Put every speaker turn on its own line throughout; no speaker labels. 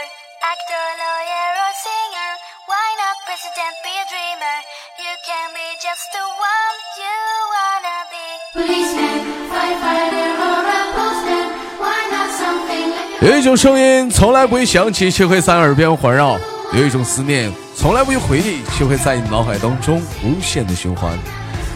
actor, lawyer, or singer. Why not president? Be a dreamer. You can be just the one you wanna be.
Policeman, firefighter, or a postman. Why not something like
有一种声音从来不会响起，却会在耳边环绕；有一种思念从来不会回忆，却会在你脑海当中无限的循环。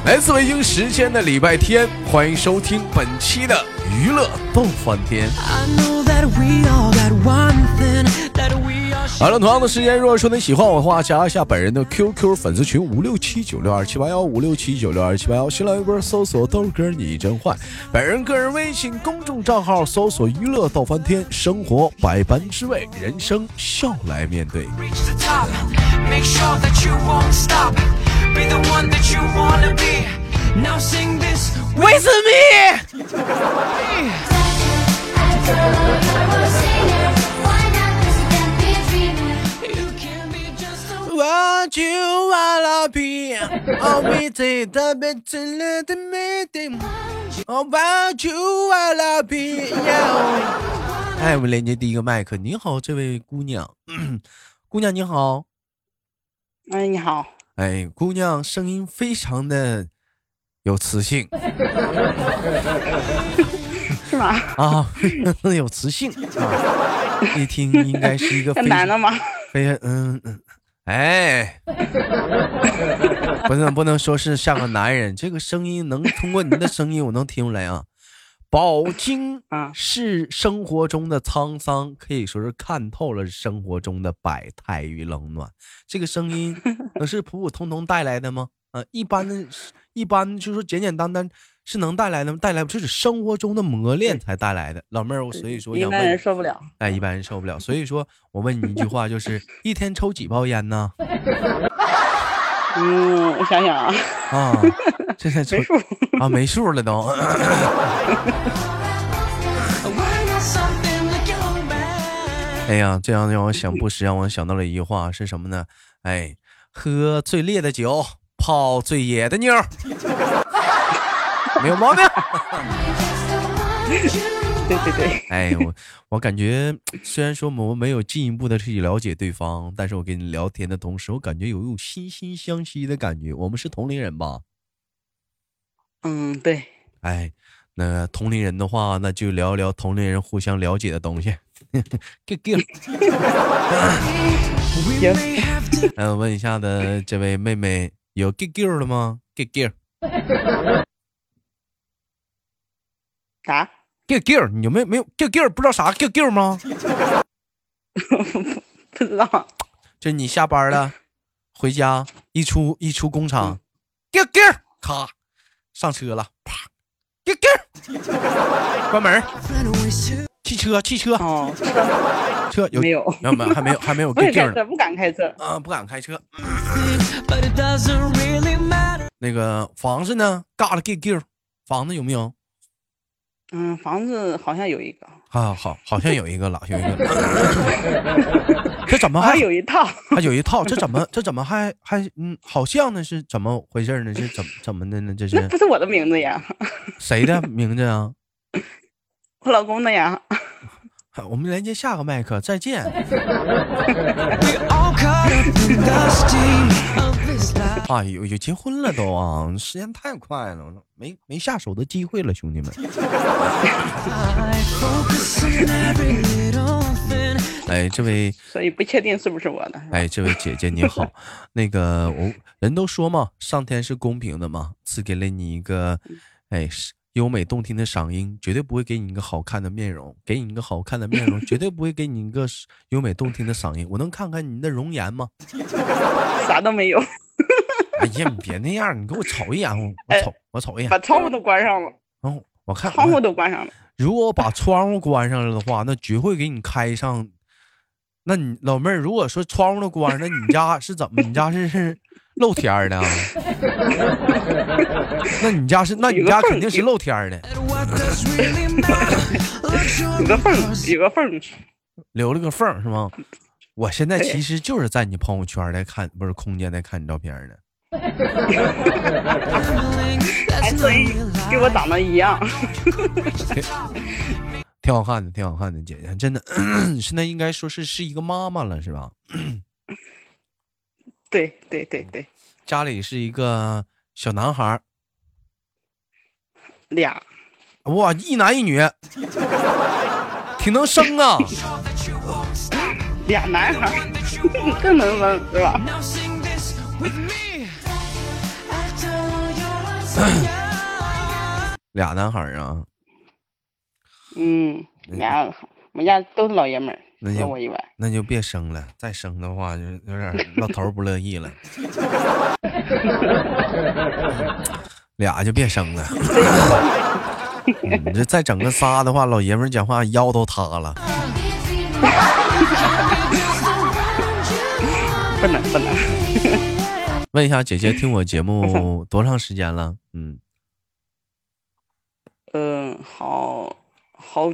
来自北京时间的礼拜天，欢迎收听本期的娱乐逗翻天。
I know that we all got one thing that we all
好了，同样的时间，如果说您喜欢我的话，加一下本人的 QQ 粉丝群五六七九六二七八幺五六七九六二七八幺，新浪微博搜索豆哥你真坏，本人个人微信公众账号搜索娱乐到翻天，生活百般滋味，人生笑来面对。
reach the top. Make sure that you won't stop. Be the one that you wanna be. Now sing this with me.
actor, lawyer, or singer? Why not president? Be a dreamer.
You can be just a
What you wanna be? Oh, we did the best in the meeting. Oh, what you wanna be? Yeah. 哎，我们连接第一个麦克。你好，这位姑娘，姑娘你好。
哎，你好，
哎，姑娘，声音非常的有磁性
是吗？
啊， 非常的有磁性啊，一听应该是一 个
那
非
男的吗？
非常嗯嗯，哎，不能不能说是像个男人，这个声音能通过您的声音，我能听出来啊。饱经
啊
是生活中的沧桑，可以说是看透了生活中的百态与冷暖。这个声音能是普普通通带来的吗？啊，一般的，一般就是说简简单单是能带来的吗？带来不？这是生活中的磨练才带来的。老妹儿，我所以说
一
想问
般
你
人受不了。
哎，一般人受不了。所以说，我问你一句话，就是 一天抽几包烟呢？
嗯，我想想啊，
啊，这才抽
没数。
啊，没数了都。
Why not something like your own man?
哎呀，这样让我想不时让我想到了一句话是什么呢？哎，喝最烈的酒，泡最野的妞儿， 没有毛病。
对对对，
哎，我我感觉虽然说我们没有进一步的去了解对方，但是我跟你聊天的同时，我感觉有一种惺惺相惜的感觉。我们是同龄人吧？
嗯对，
哎，那同龄人的话，那就聊一聊同龄人互相了解的东西。 给给，
We
Yes.
may have to
嗯，问一下的这位妹妹有 g i 了吗 g i
啥？
g i g i 你有没有没有 g i g 不知道啥 g i g 吗？
不知道，
就是你下班了，回家一出一出工
嗯
厂 g i g 咔，上车了，啪 g i g 关门儿，
find ways to
汽车汽车
哦，
车有
没有
没有没有还没有还没有
不
g
会
i g
开
呢
车，不敢开车。
啊，不敢开车。
think, but it doesn't really matter.
那个房子呢？嘎了 g i g 房子有没有？
嗯，房子好像有一个，
啊，好，好像有一个了，有一个了。这怎么还
还有一套。
还有一套？这怎么这怎么还还嗯，好像呢是怎么回事呢？是怎么怎么的呢？这
那
是
不是我的名字呀，
谁的名字啊？
我老公的呀。
我们连接下个麦克，再见。
We all caught up in the steam of this life.
啊，有有结婚了都啊，时间太快了，没没下手的机会了，兄弟们。
Focus on every little thing.
哎，这位
所以不确定是不是我的。
哎，这位姐姐你好，那个我人都说嘛，上天是公平的嘛，赐给了你一个，哎，是优美动听的嗓音，绝对不会给你一个好看的面容，给你一个好看的面容，绝对不会给你一个是优美动听的嗓音。我能看看你的容颜吗？
啥都没有，
哎呀，你别那样，你给我瞅一眼，我我瞅我瞅一眼
把，窗户都关上了，
然后我看
窗户都关上了。
如果我把窗户关上了的话，那绝会给你开上。那你老妹儿，如果说窗户都关上，那你家是怎么？你家是是露天儿的、啊？ 那你家是？那你家肯定是露天儿的，
And what does really matter? Let your
有个缝儿
impulse，
有个缝儿。
留了个缝儿是吗？我现在其实就是在你朋友圈儿来看，不是空间来看你照片儿呢。
trembling,
哎，
that's
所以
not real
跟我
life.
长得一样。
挺好看的，挺好看的，姐姐真的， 现在应该说是是一个妈妈了，是吧？
对对对对，
家里是一个小男孩儿，
俩
哇，一男一女，挺能生啊！
俩男孩儿 更能闷是吧？
Now sing this with me.
俩男孩儿啊，
嗯，俩我们家都是老爷们
那
儿，
就
和我一般。
那就别生了，再生的话就有点儿老头儿不乐意了，俩就别生了。你这再整个仨的话，老爷们儿讲话腰都塌了。
不能不能，
问一下姐姐，听我节目多长时间了？嗯，
嗯，好好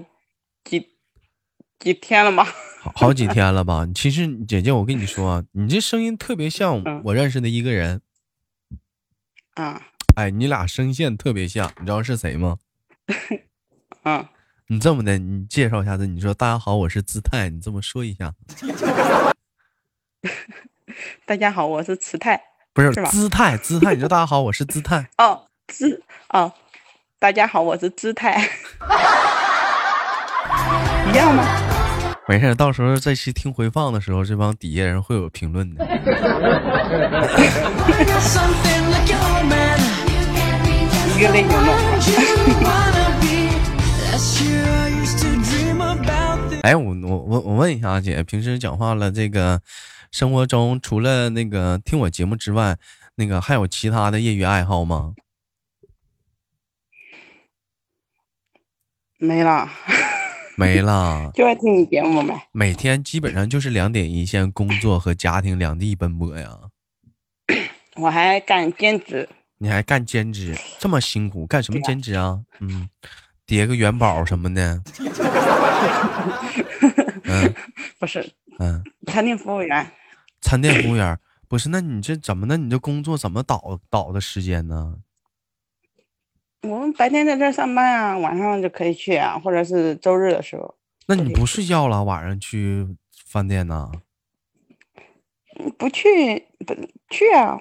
几几天了吧？
好好几天了吧？其实姐姐，我跟你说啊，你这声音特别像
嗯
我认识的一个人，
啊
哎，你俩声线特别像，你知道是谁吗？
啊，
你这么的，你介绍一下子，你说大家好，我是姿态，你这么说一下，
大家好，我是慈泰。
不是
是吧
姿态，姿态，你说大家好，我是姿态，
哦，姿哦，大家好，我是姿态，一样吗？
没事儿，到时候这期听回放的时候，这帮底下人会有评论的。
Something like your old man.
一个类型的。
You wanna be. Last year I used to dream about this.
哎，我我我我问一下啊，姐，平时讲话了，这个生活中除了那个听我节目之外，那个还有其他的业余爱好吗？
没了，
没啦，
就爱听你节目呗。
每天基本上就是两点一线，工作和家庭两地奔波呀。
我还干兼职，
你还干兼职，这么辛苦，干什么
对呀
兼职啊？嗯，叠个元宝什么的。嗯
不是
嗯，
餐厅服务员，
餐店服务员儿不是？那你这怎么的？你这工作怎么倒倒的时间呢？
我们白天在这儿上班啊，晚上就可以去啊，或者是周日的时候，
那你不睡觉了？晚上去饭店呢？
嗯不去不去啊，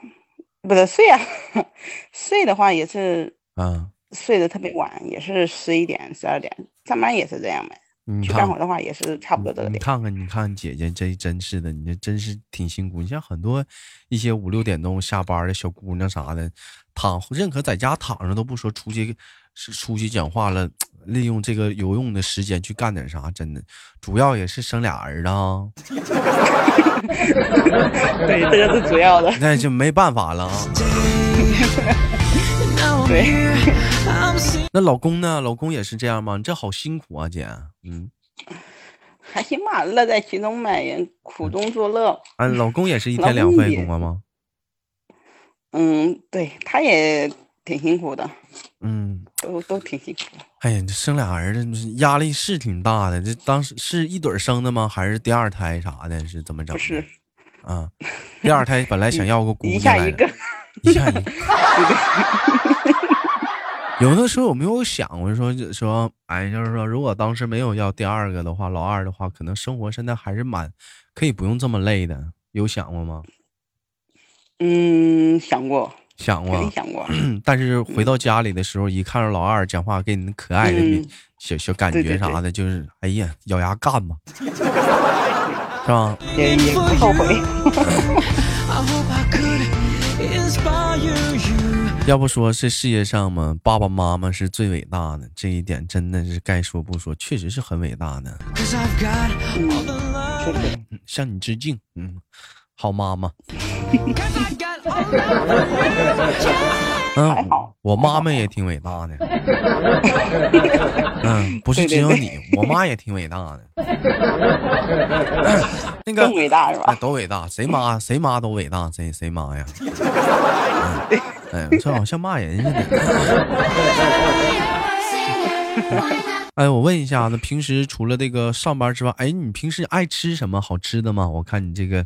不得睡啊， 睡的话也是
啊，
睡得特别晚，也是十一点十二点，上班也是这样呗。
嗯你
去
看
干，活的话也是差不多这个
你
点。
看看，你看姐姐，这真是的，你这真是挺辛苦。你像很多一些五六点钟下班的小姑娘啥的，躺认可在家躺着都不说，出去是出去讲话了，利用这个有用的时间去干点啥，真的，主要也是生俩儿子啊，
对， 这个是主要的。
那就没办法了啊。
Now I'm
对。
here. I'm singing.
那老公呢？老公也是这样吗？你这好辛苦啊，姐。嗯，
还行吧，哎乐在其中呗，也苦中作乐。
啊，老公也是一天
老
两
公
份
也
工作啊吗？
嗯，对，他也挺辛苦的，
嗯，
都都挺辛苦的。
哎呀，这生俩儿子压力是挺大的。这当时是一对儿生的吗？还是第二胎啥的？是怎么整的？
不是
啊，第二胎本来想要个姑
一
娘
下
来
一
着
个，，
一下一 个。有的时候有没有想过说就说，哎，就是说，如果当时没有要第二个的话，老二的话，可能生活现在还是蛮可以不用这么累的。有想过吗？
嗯，想过，
想
肯
过
定。想过。
嗯但是回到家里的时候，一看着老二讲话，给你那可爱的那
嗯
小小感
对
觉
对
啥的，就是哎呀，咬牙干吧， 是吧？
也也不后悔。
I hope I could inspire you.
要不说这世界上嘛，爸爸妈妈是最伟大的，这一点真的是该说不说，确实是很伟大的，
Cause I've got all the love.
嗯向你致敬，嗯，好妈妈，
Cause I got all the
还
嗯
好，
我妈妈也挺伟大 的，嗯，不是
对
只
对
有
对
你，我妈也挺伟大 的，那个
更伟大是
哎，
吧？
都伟大，谁妈谁妈都伟大，谁谁妈 呀？嗯哎，这好像骂人似的。哎，我问一下，那平时除了这个上班之外，哎，你平时爱吃什么好吃的吗？我看你这个，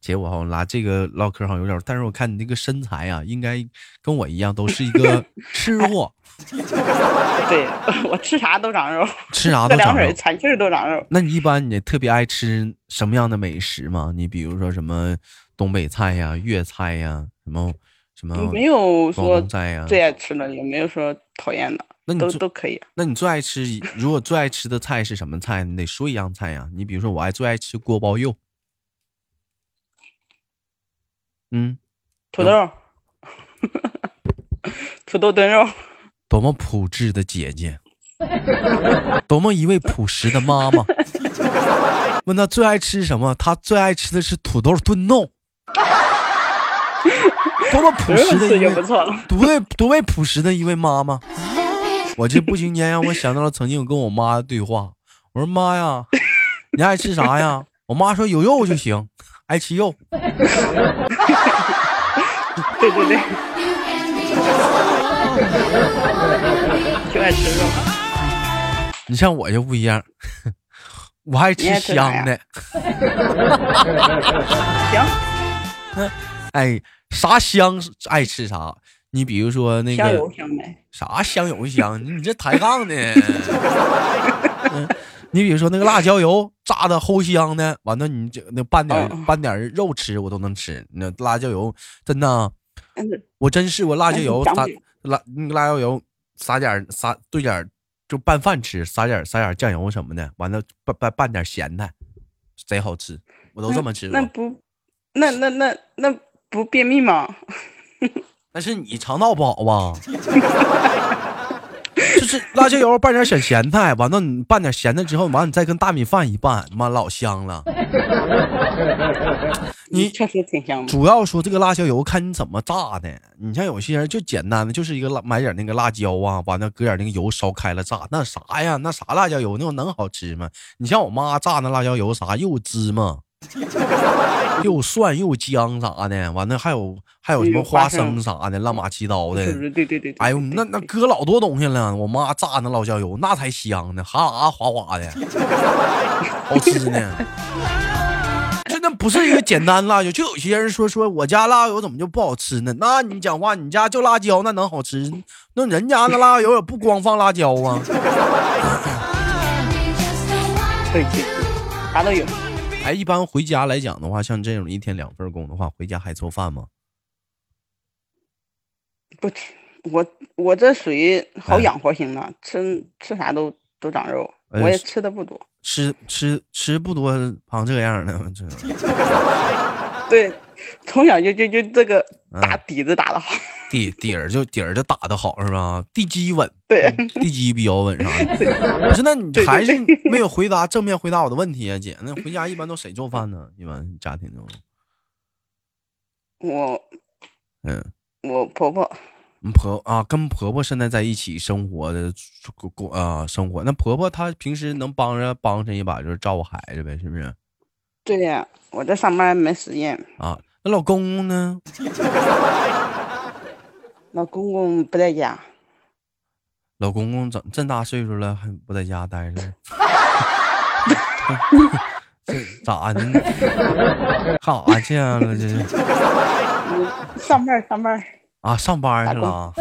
姐，我好像拿这个唠嗑好像有点儿，但是我看你这个身材啊，应该跟我一样都是一个 吃货，
对 我吃啥都长肉，
吃啥
喝
都
凉
长
水
肉
儿。产气儿都长肉。
那你一般你特别爱吃什么样的美食吗？你比如说什么东北菜呀、粤菜呀，什么什么
嗯没有
广
说
东菜呀、
最爱吃的，也没有说讨厌的，
嗯那你
都
最
都可以。
那你最爱吃，如果最爱吃的菜是什么菜？你得说一样菜呀、你比如说，我爱最爱吃锅包肉。嗯，
土豆儿，土豆炖肉，
多么朴质的姐姐， 多么一位朴实的妈妈。问她最爱吃什么？她最爱吃的是土豆炖肉。多么朴
土豆
实的
吃
一
就
位
不错了。
多为多为朴实的一位妈妈。我这不经间让我想到了曾经我跟我妈的对话。我说妈呀，你爱吃啥呀？ 我妈说有肉就行，爱吃肉。
对对对，就爱吃肉。
你像我就不一样， 我爱吃
你爱吃啥
香
呀
的。
行，
哎，啥香爱吃啥。你比如说那个
香油香没？
啥香油香，你这抬杠呢？ 嗯，你比如说那个辣椒油炸的齁香的，完了你这那拌点儿、
嗯
拌点儿肉吃我都能吃。那辣椒油真的，
但是
我真试过辣椒
嗯哎
油
长
撒
嘴
辣那个辣椒油撒点儿撒兑点儿就拌饭吃，撒点儿撒点儿酱油什么的，完了拌拌拌点儿咸菜，贼好吃。我都这么吃过
那。不，那那那那不便秘吗？
但是你肠道不好吧？ 就是辣椒油拌点小咸菜，完了你拌点咸菜之后，完了你再跟大米饭一拌，妈老香了。你
嗯确实挺香的。
主要说这个辣椒油看你怎么炸的，你像有些人就简单的，就是一个辣买点那个辣椒啊，完了搁点那个油烧开了炸，那啥呀？那啥辣椒油那种能好吃吗？你像我妈炸那辣椒油啥，又有芝麻，又有蒜，又有姜啥的，完了还有还有什么
有花
花
生
生啥的，乱八七糟的。
是不是？对对对。对
哎呦，
对
那那
对
搁老多东西了，我妈炸那辣椒油那才香呢，哈喇哗哗的，好吃呢。这那不是一个简单辣椒，就有些人说说我家辣椒油怎么就不好吃呢？那你讲话，你家就辣椒，那能好吃？那人家那辣椒油也不光放辣椒啊。
对对对，啥都有。
哎，一般回家来讲的话，像这种一天两份工的话，回家还做饭吗？
不吃，我我这属于好
哎
养活型的，吃吃啥都都长肉，
哎
我也
是
吃的不多。
吃吃吃不多，胖这样的，这
对，从小就就就这个
嗯
打底子打的好。
底底儿就底儿就打的好是吧？地基稳，
对，
地基比较稳啥 的。不是，那你
对对
还是
对
没有回答正面回答我的问题啊，姐。那回家一般都谁做饭呢？一般家庭中，
我
嗯，
我婆婆
嗯婆啊，跟婆婆现在在一起生活的过啊生活。那婆婆她平时能帮着帮衬一把，就是照顾孩子呗，是不是？
对呀，我在上班没时间，
啊，那老公公呢？
老公公不在家，
老公公整这么大岁数了，还不在家待 着？ 这咋的？ 干啥去啊？这是
上班儿上班儿，
啊，上班
打
去
工
了啊。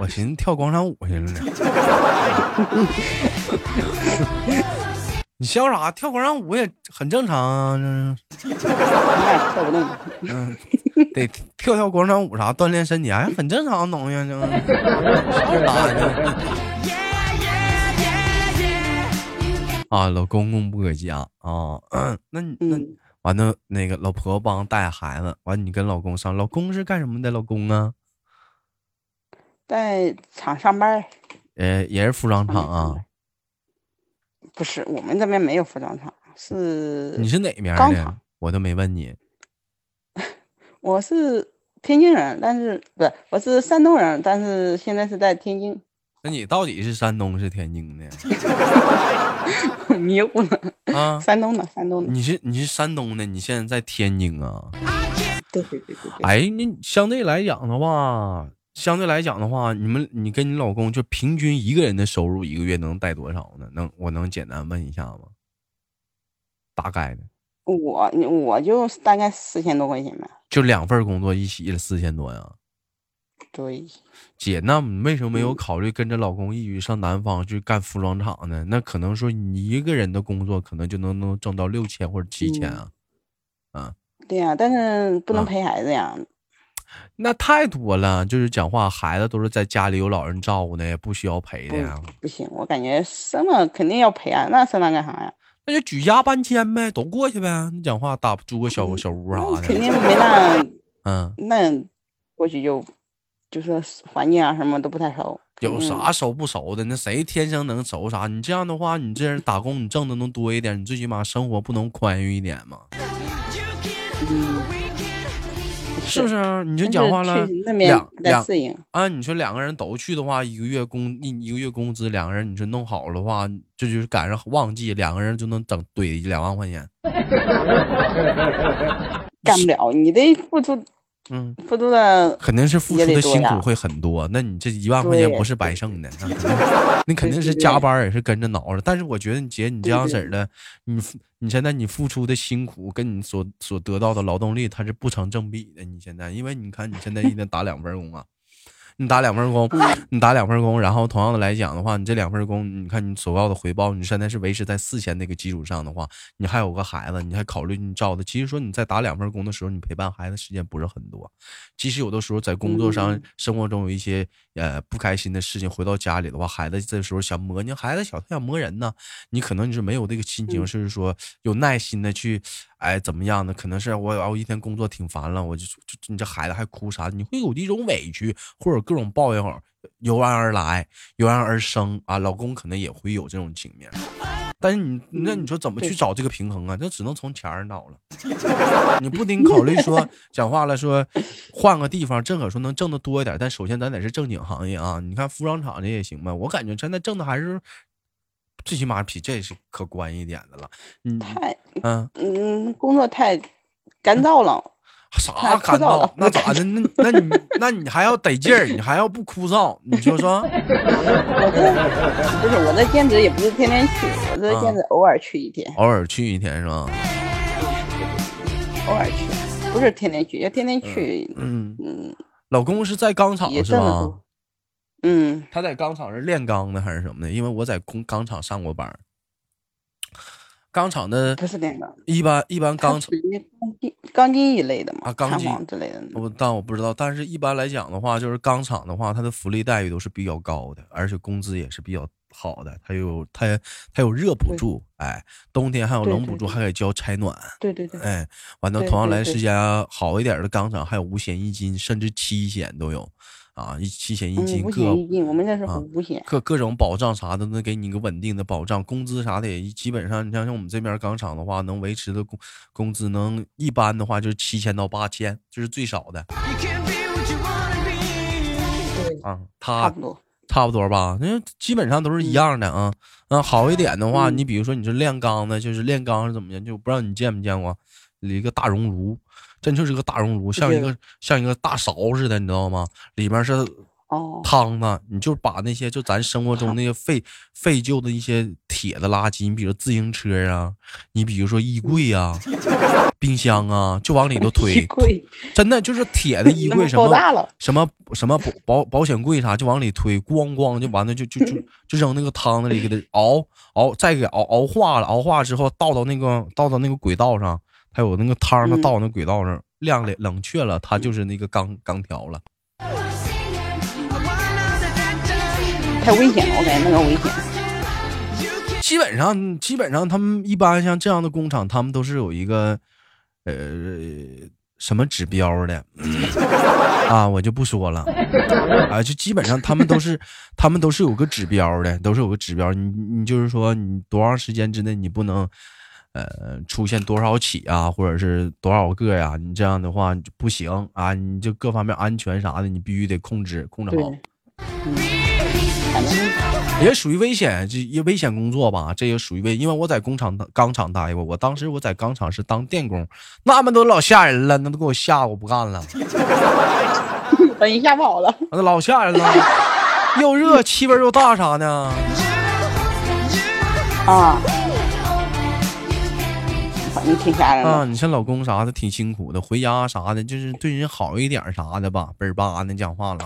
我寻思跳广场舞去了呢。 你笑啥？跳广场舞也很正常啊，这哎
那跳不动。
是嗯，得跳跳广场舞啥锻炼身体，哎，很正常的东西，这不笑啥呢？啊，老公公不搁家啊， 那你那
嗯，
完了，那个老婆帮带孩子，完你跟老公上，老公是干什么的？老公啊？
在厂上班儿，
呃，也是服装厂啊。
不是我们这边没有服装厂，是
你是哪边
嗯钢
的
厂？
我都没问你。
我是天津人，但是不是我是山东人，但是现在是在天津，
那你到底是山东是天津的
迷糊了。
啊？
山东的，山东的，
你是你是山东的，你现在在天津啊？哎
对对对对对。
哎，那相对来讲的话，相对来讲的话，你们你跟你老公就平均一个人的收入一个月能带多少呢？能我能简单问一下吗？大概的，
我我就大概四千多块钱吧。
就两份工作一起四千多呀。
对，
姐，那你为什么没
嗯
有考虑跟着老公一起上南方去干服装厂呢？那可能说你一个人的工作可能就能能挣到六千或者七千啊。
对呀、但是不能
啊
陪孩子呀。嗯
那太多了，就是讲话，孩子都是在家里有老人照顾的，也不需要陪的呀。
不行，我感觉生了肯定要陪啊，那生了干啥呀？
那就举家搬迁呗，都过去呗。你讲话打租个小小屋啥
嗯肯定
的，
没那
嗯，
那过去就就是环境啊什么都不太熟。嗯
有啥熟不熟的？那谁天生能熟啥？你这样的话，你这人打工，你挣的能多一点，你最起码生活不能宽裕一点吗？是不是啊、你就
但
讲
是
话了
确实，那边
两
不太
两
适应，
啊，你说两个人都去的话，一个月工一一个月工资，两个人你说弄好的话，这就是赶上旺季，两个人就能整怼两万块钱。
干不了，你得付出
嗯，
付出的，
肯定是付
也
出
得
的
多
辛苦
呀
会很多。那你这一万块钱
对
不是白挣的， 啊你肯定是加班儿也是跟着挠着。但是我觉得你姐你这样式儿的，你付你现在你付出的辛苦跟你所所得到的劳动力，它是不成正比的。你现在，因为你看你现在一天打两份工
嗯
啊。你打两份工，你打两份工，然后同样的来讲的话，你这两份工，你看你所要的回报，你现在是维持在四千那个基础上的话，你还有个孩子，你还考虑你照顾。其实说你在打两份工的时候，你陪伴孩子时间不是很多，即使有的时候在工作上、生活中有一些呃不开心的事情，回到家里的话，孩子这时候想磨，你孩子小，他想磨人呢，你可能你是没有这个心情，就是说有耐心的去，哎，怎么样呢？可能是我啊我一天工作挺烦了，我就就你这孩子还哭啥？你会有一种委屈或者各种抱怨由然而来，由然而生啊。老公可能也会有这种情面。但是你那你说怎么
嗯对
去找这个平衡啊？那只能从钱儿闹了。 你不仅考虑 说讲话了说，换个地方，正可说能挣得多一点，但首先咱得是正经行业啊。你看服装厂这也行吧，我感觉现在挣的还是最起码比这是可观一点的了。嗯
太
嗯，
嗯工作太干燥了，
啥
太
干
枯燥
燥
了？
那咋的？那 那你那你还要得劲儿，你还要不枯燥？你说 说，
我这不是我这兼职也不是天天去，我
嗯
这兼职偶尔去一天，
偶尔去一天是吧？
偶尔去，不是天天去，要天天去，
嗯，
嗯，
老公是在钢厂
也
是
挣得
吧？
多，嗯，
他在钢厂是炼钢的还是什么的？因为我在工钢厂上过班儿。钢厂的
不是那个，
一般一般
它
钢厂
属于钢筋钢筋一类的嘛，
啊钢
弹
筋
簧之类的，
我但我不知道，但是一般来讲的话，就是钢厂的话，它的福利待遇都是比较高的，而且工资也是比较好的。它有它它有热补
对
助，哎，冬天还有
对
冷
对
补助，
对
还给交拆暖，
对对对，
哎，完了
对
同样
对
来
对
时间好一点的钢厂还有五险一金，甚至七险都有，啊，一七险一
嗯，
金
五
各
险一金，我们那是
啊
五险，
各各种保障啥的，能给你一个稳定的保障，工资啥的也基本上，你像像我们这边钢厂的话，能维持的工工资能一般的话就是七千到八千，这是最少的
You can be what you wanna be.
啊。
差
他
不多，
差不多吧，那基本上都是一样的啊。嗯，好一点的话，
嗯
你比如说你是炼钢的，就是炼钢是怎么样，就不知道你见没见过，一个大熔炉，真就是个大熔炉，像一个像一个大勺似的，你知道吗？里面是
哦，
汤呢，你就把那些就咱生活 中那些废废旧的一些铁的垃圾，你比如自行车啊，你比如说衣柜啊、
嗯
冰箱啊，就往里头推，
贵，
真的就是铁的衣
那
柜
么
什么
爆炸了
什么什么保保保险柜啥，就往里推，咣咣就完了，就 就就就扔那个汤那里给它熬熬，再给熬熬化了，熬化之后倒到那个倒到那个轨道上，它有那个汤，它
嗯
倒到那轨道上晾冷冷却了，它就是那个钢钢条了。
太危险了，我感觉那个危险，
基本上，基本上他们一般像这样的工厂，他们都是有一个呃什么指标的嗯啊，我就不说了啊，就基本上他们都是他们都是有个指标的，都是有个指标。你你就是说你多长时间之内你不能呃出现多少起啊，或者是多少个呀、你这样的话你就不行啊，你就各方面安全啥的，你必须得控制控制
对
好。，
反正
也属于危险，这也危险工作吧，这也属于危，因为我在工厂当钢厂待过，我当时我在钢厂是当电工，那么都老吓人了，那都给我吓我不干了。
等一下不好了，
那老吓人了， 又热气温又大啥的。
啊，反正挺吓人
啊，
的。
你像老公啥的挺辛苦的，回家啥的，就是对人好一点啥的吧，倍儿巴的讲话了。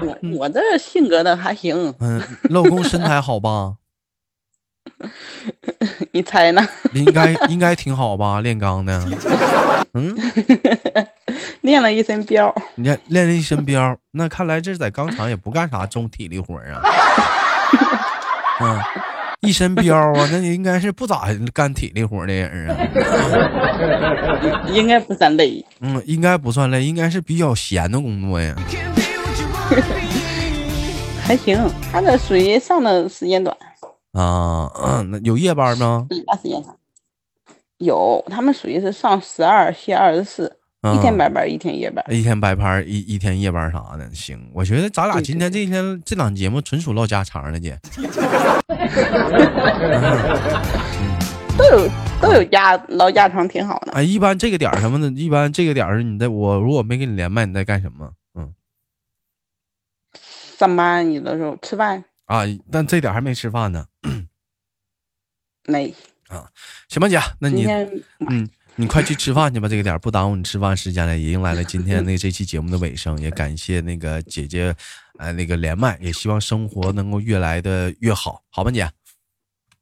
我我这性格的还行，
嗯，老公身材好吧？
你猜呢？
应该应该挺好吧？练钢的，嗯，
练了一身膘，
你看练了一身膘，那看来这在钢厂也不干啥重体力活啊。嗯，一身膘啊，那你应该是不咋干体力活的人啊。
应该不算累。
嗯，应该不算累，应该是比较闲的工作呀。
Can be what you wanna be.
还行，他这属于上的时间短，
啊，嗯那有夜班吗？
下时间长。有，他们属于是上十二歇二十四，一天
嗯
白班，一天夜班。
一天白班儿，一一天夜班儿啥的，行。我觉得咱俩
对
今天这一天这档节目纯属唠家常了，姐。
都有都有家老家常挺好的。
哎，一般这个点儿什么的，一般这个点儿你在我如果没跟你连麦，你在干什么？嗯
上班有的时候吃饭
啊，但这点儿还没吃饭呢。
没，
行吧，姐，那
今
你
天
嗯，你快去吃饭去吧，这个点儿不耽误你吃饭时间了，也迎来了今天那这期节目的尾声，也感谢那个姐姐，呃，那个连麦，也希望生活能够越来的越好，好吧，姐？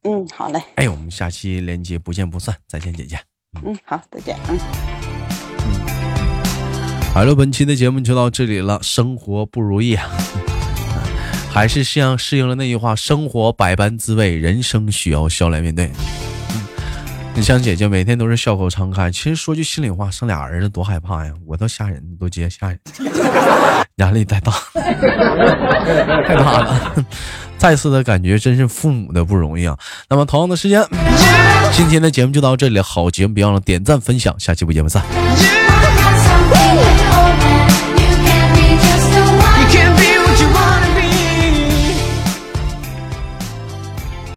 嗯好嘞，
哎，我们下期连接不见不散，再见，姐姐。
嗯好再见嗯。
好了，本期的节目就到这里了。生活不如意啊， 还是像适应了那句话：生活百般滋味，人生需要笑来面对。嗯，你像姐姐每天都是笑口常开，其实说句心里话，生俩儿子多害怕呀！我都吓人，都直接吓人， 压力太大了，太大了。 再次的感觉真是父母的不容易啊。那么同样的时间，今天的节目就到这里了。好节目别忘了点赞分享，下期不见不散。
You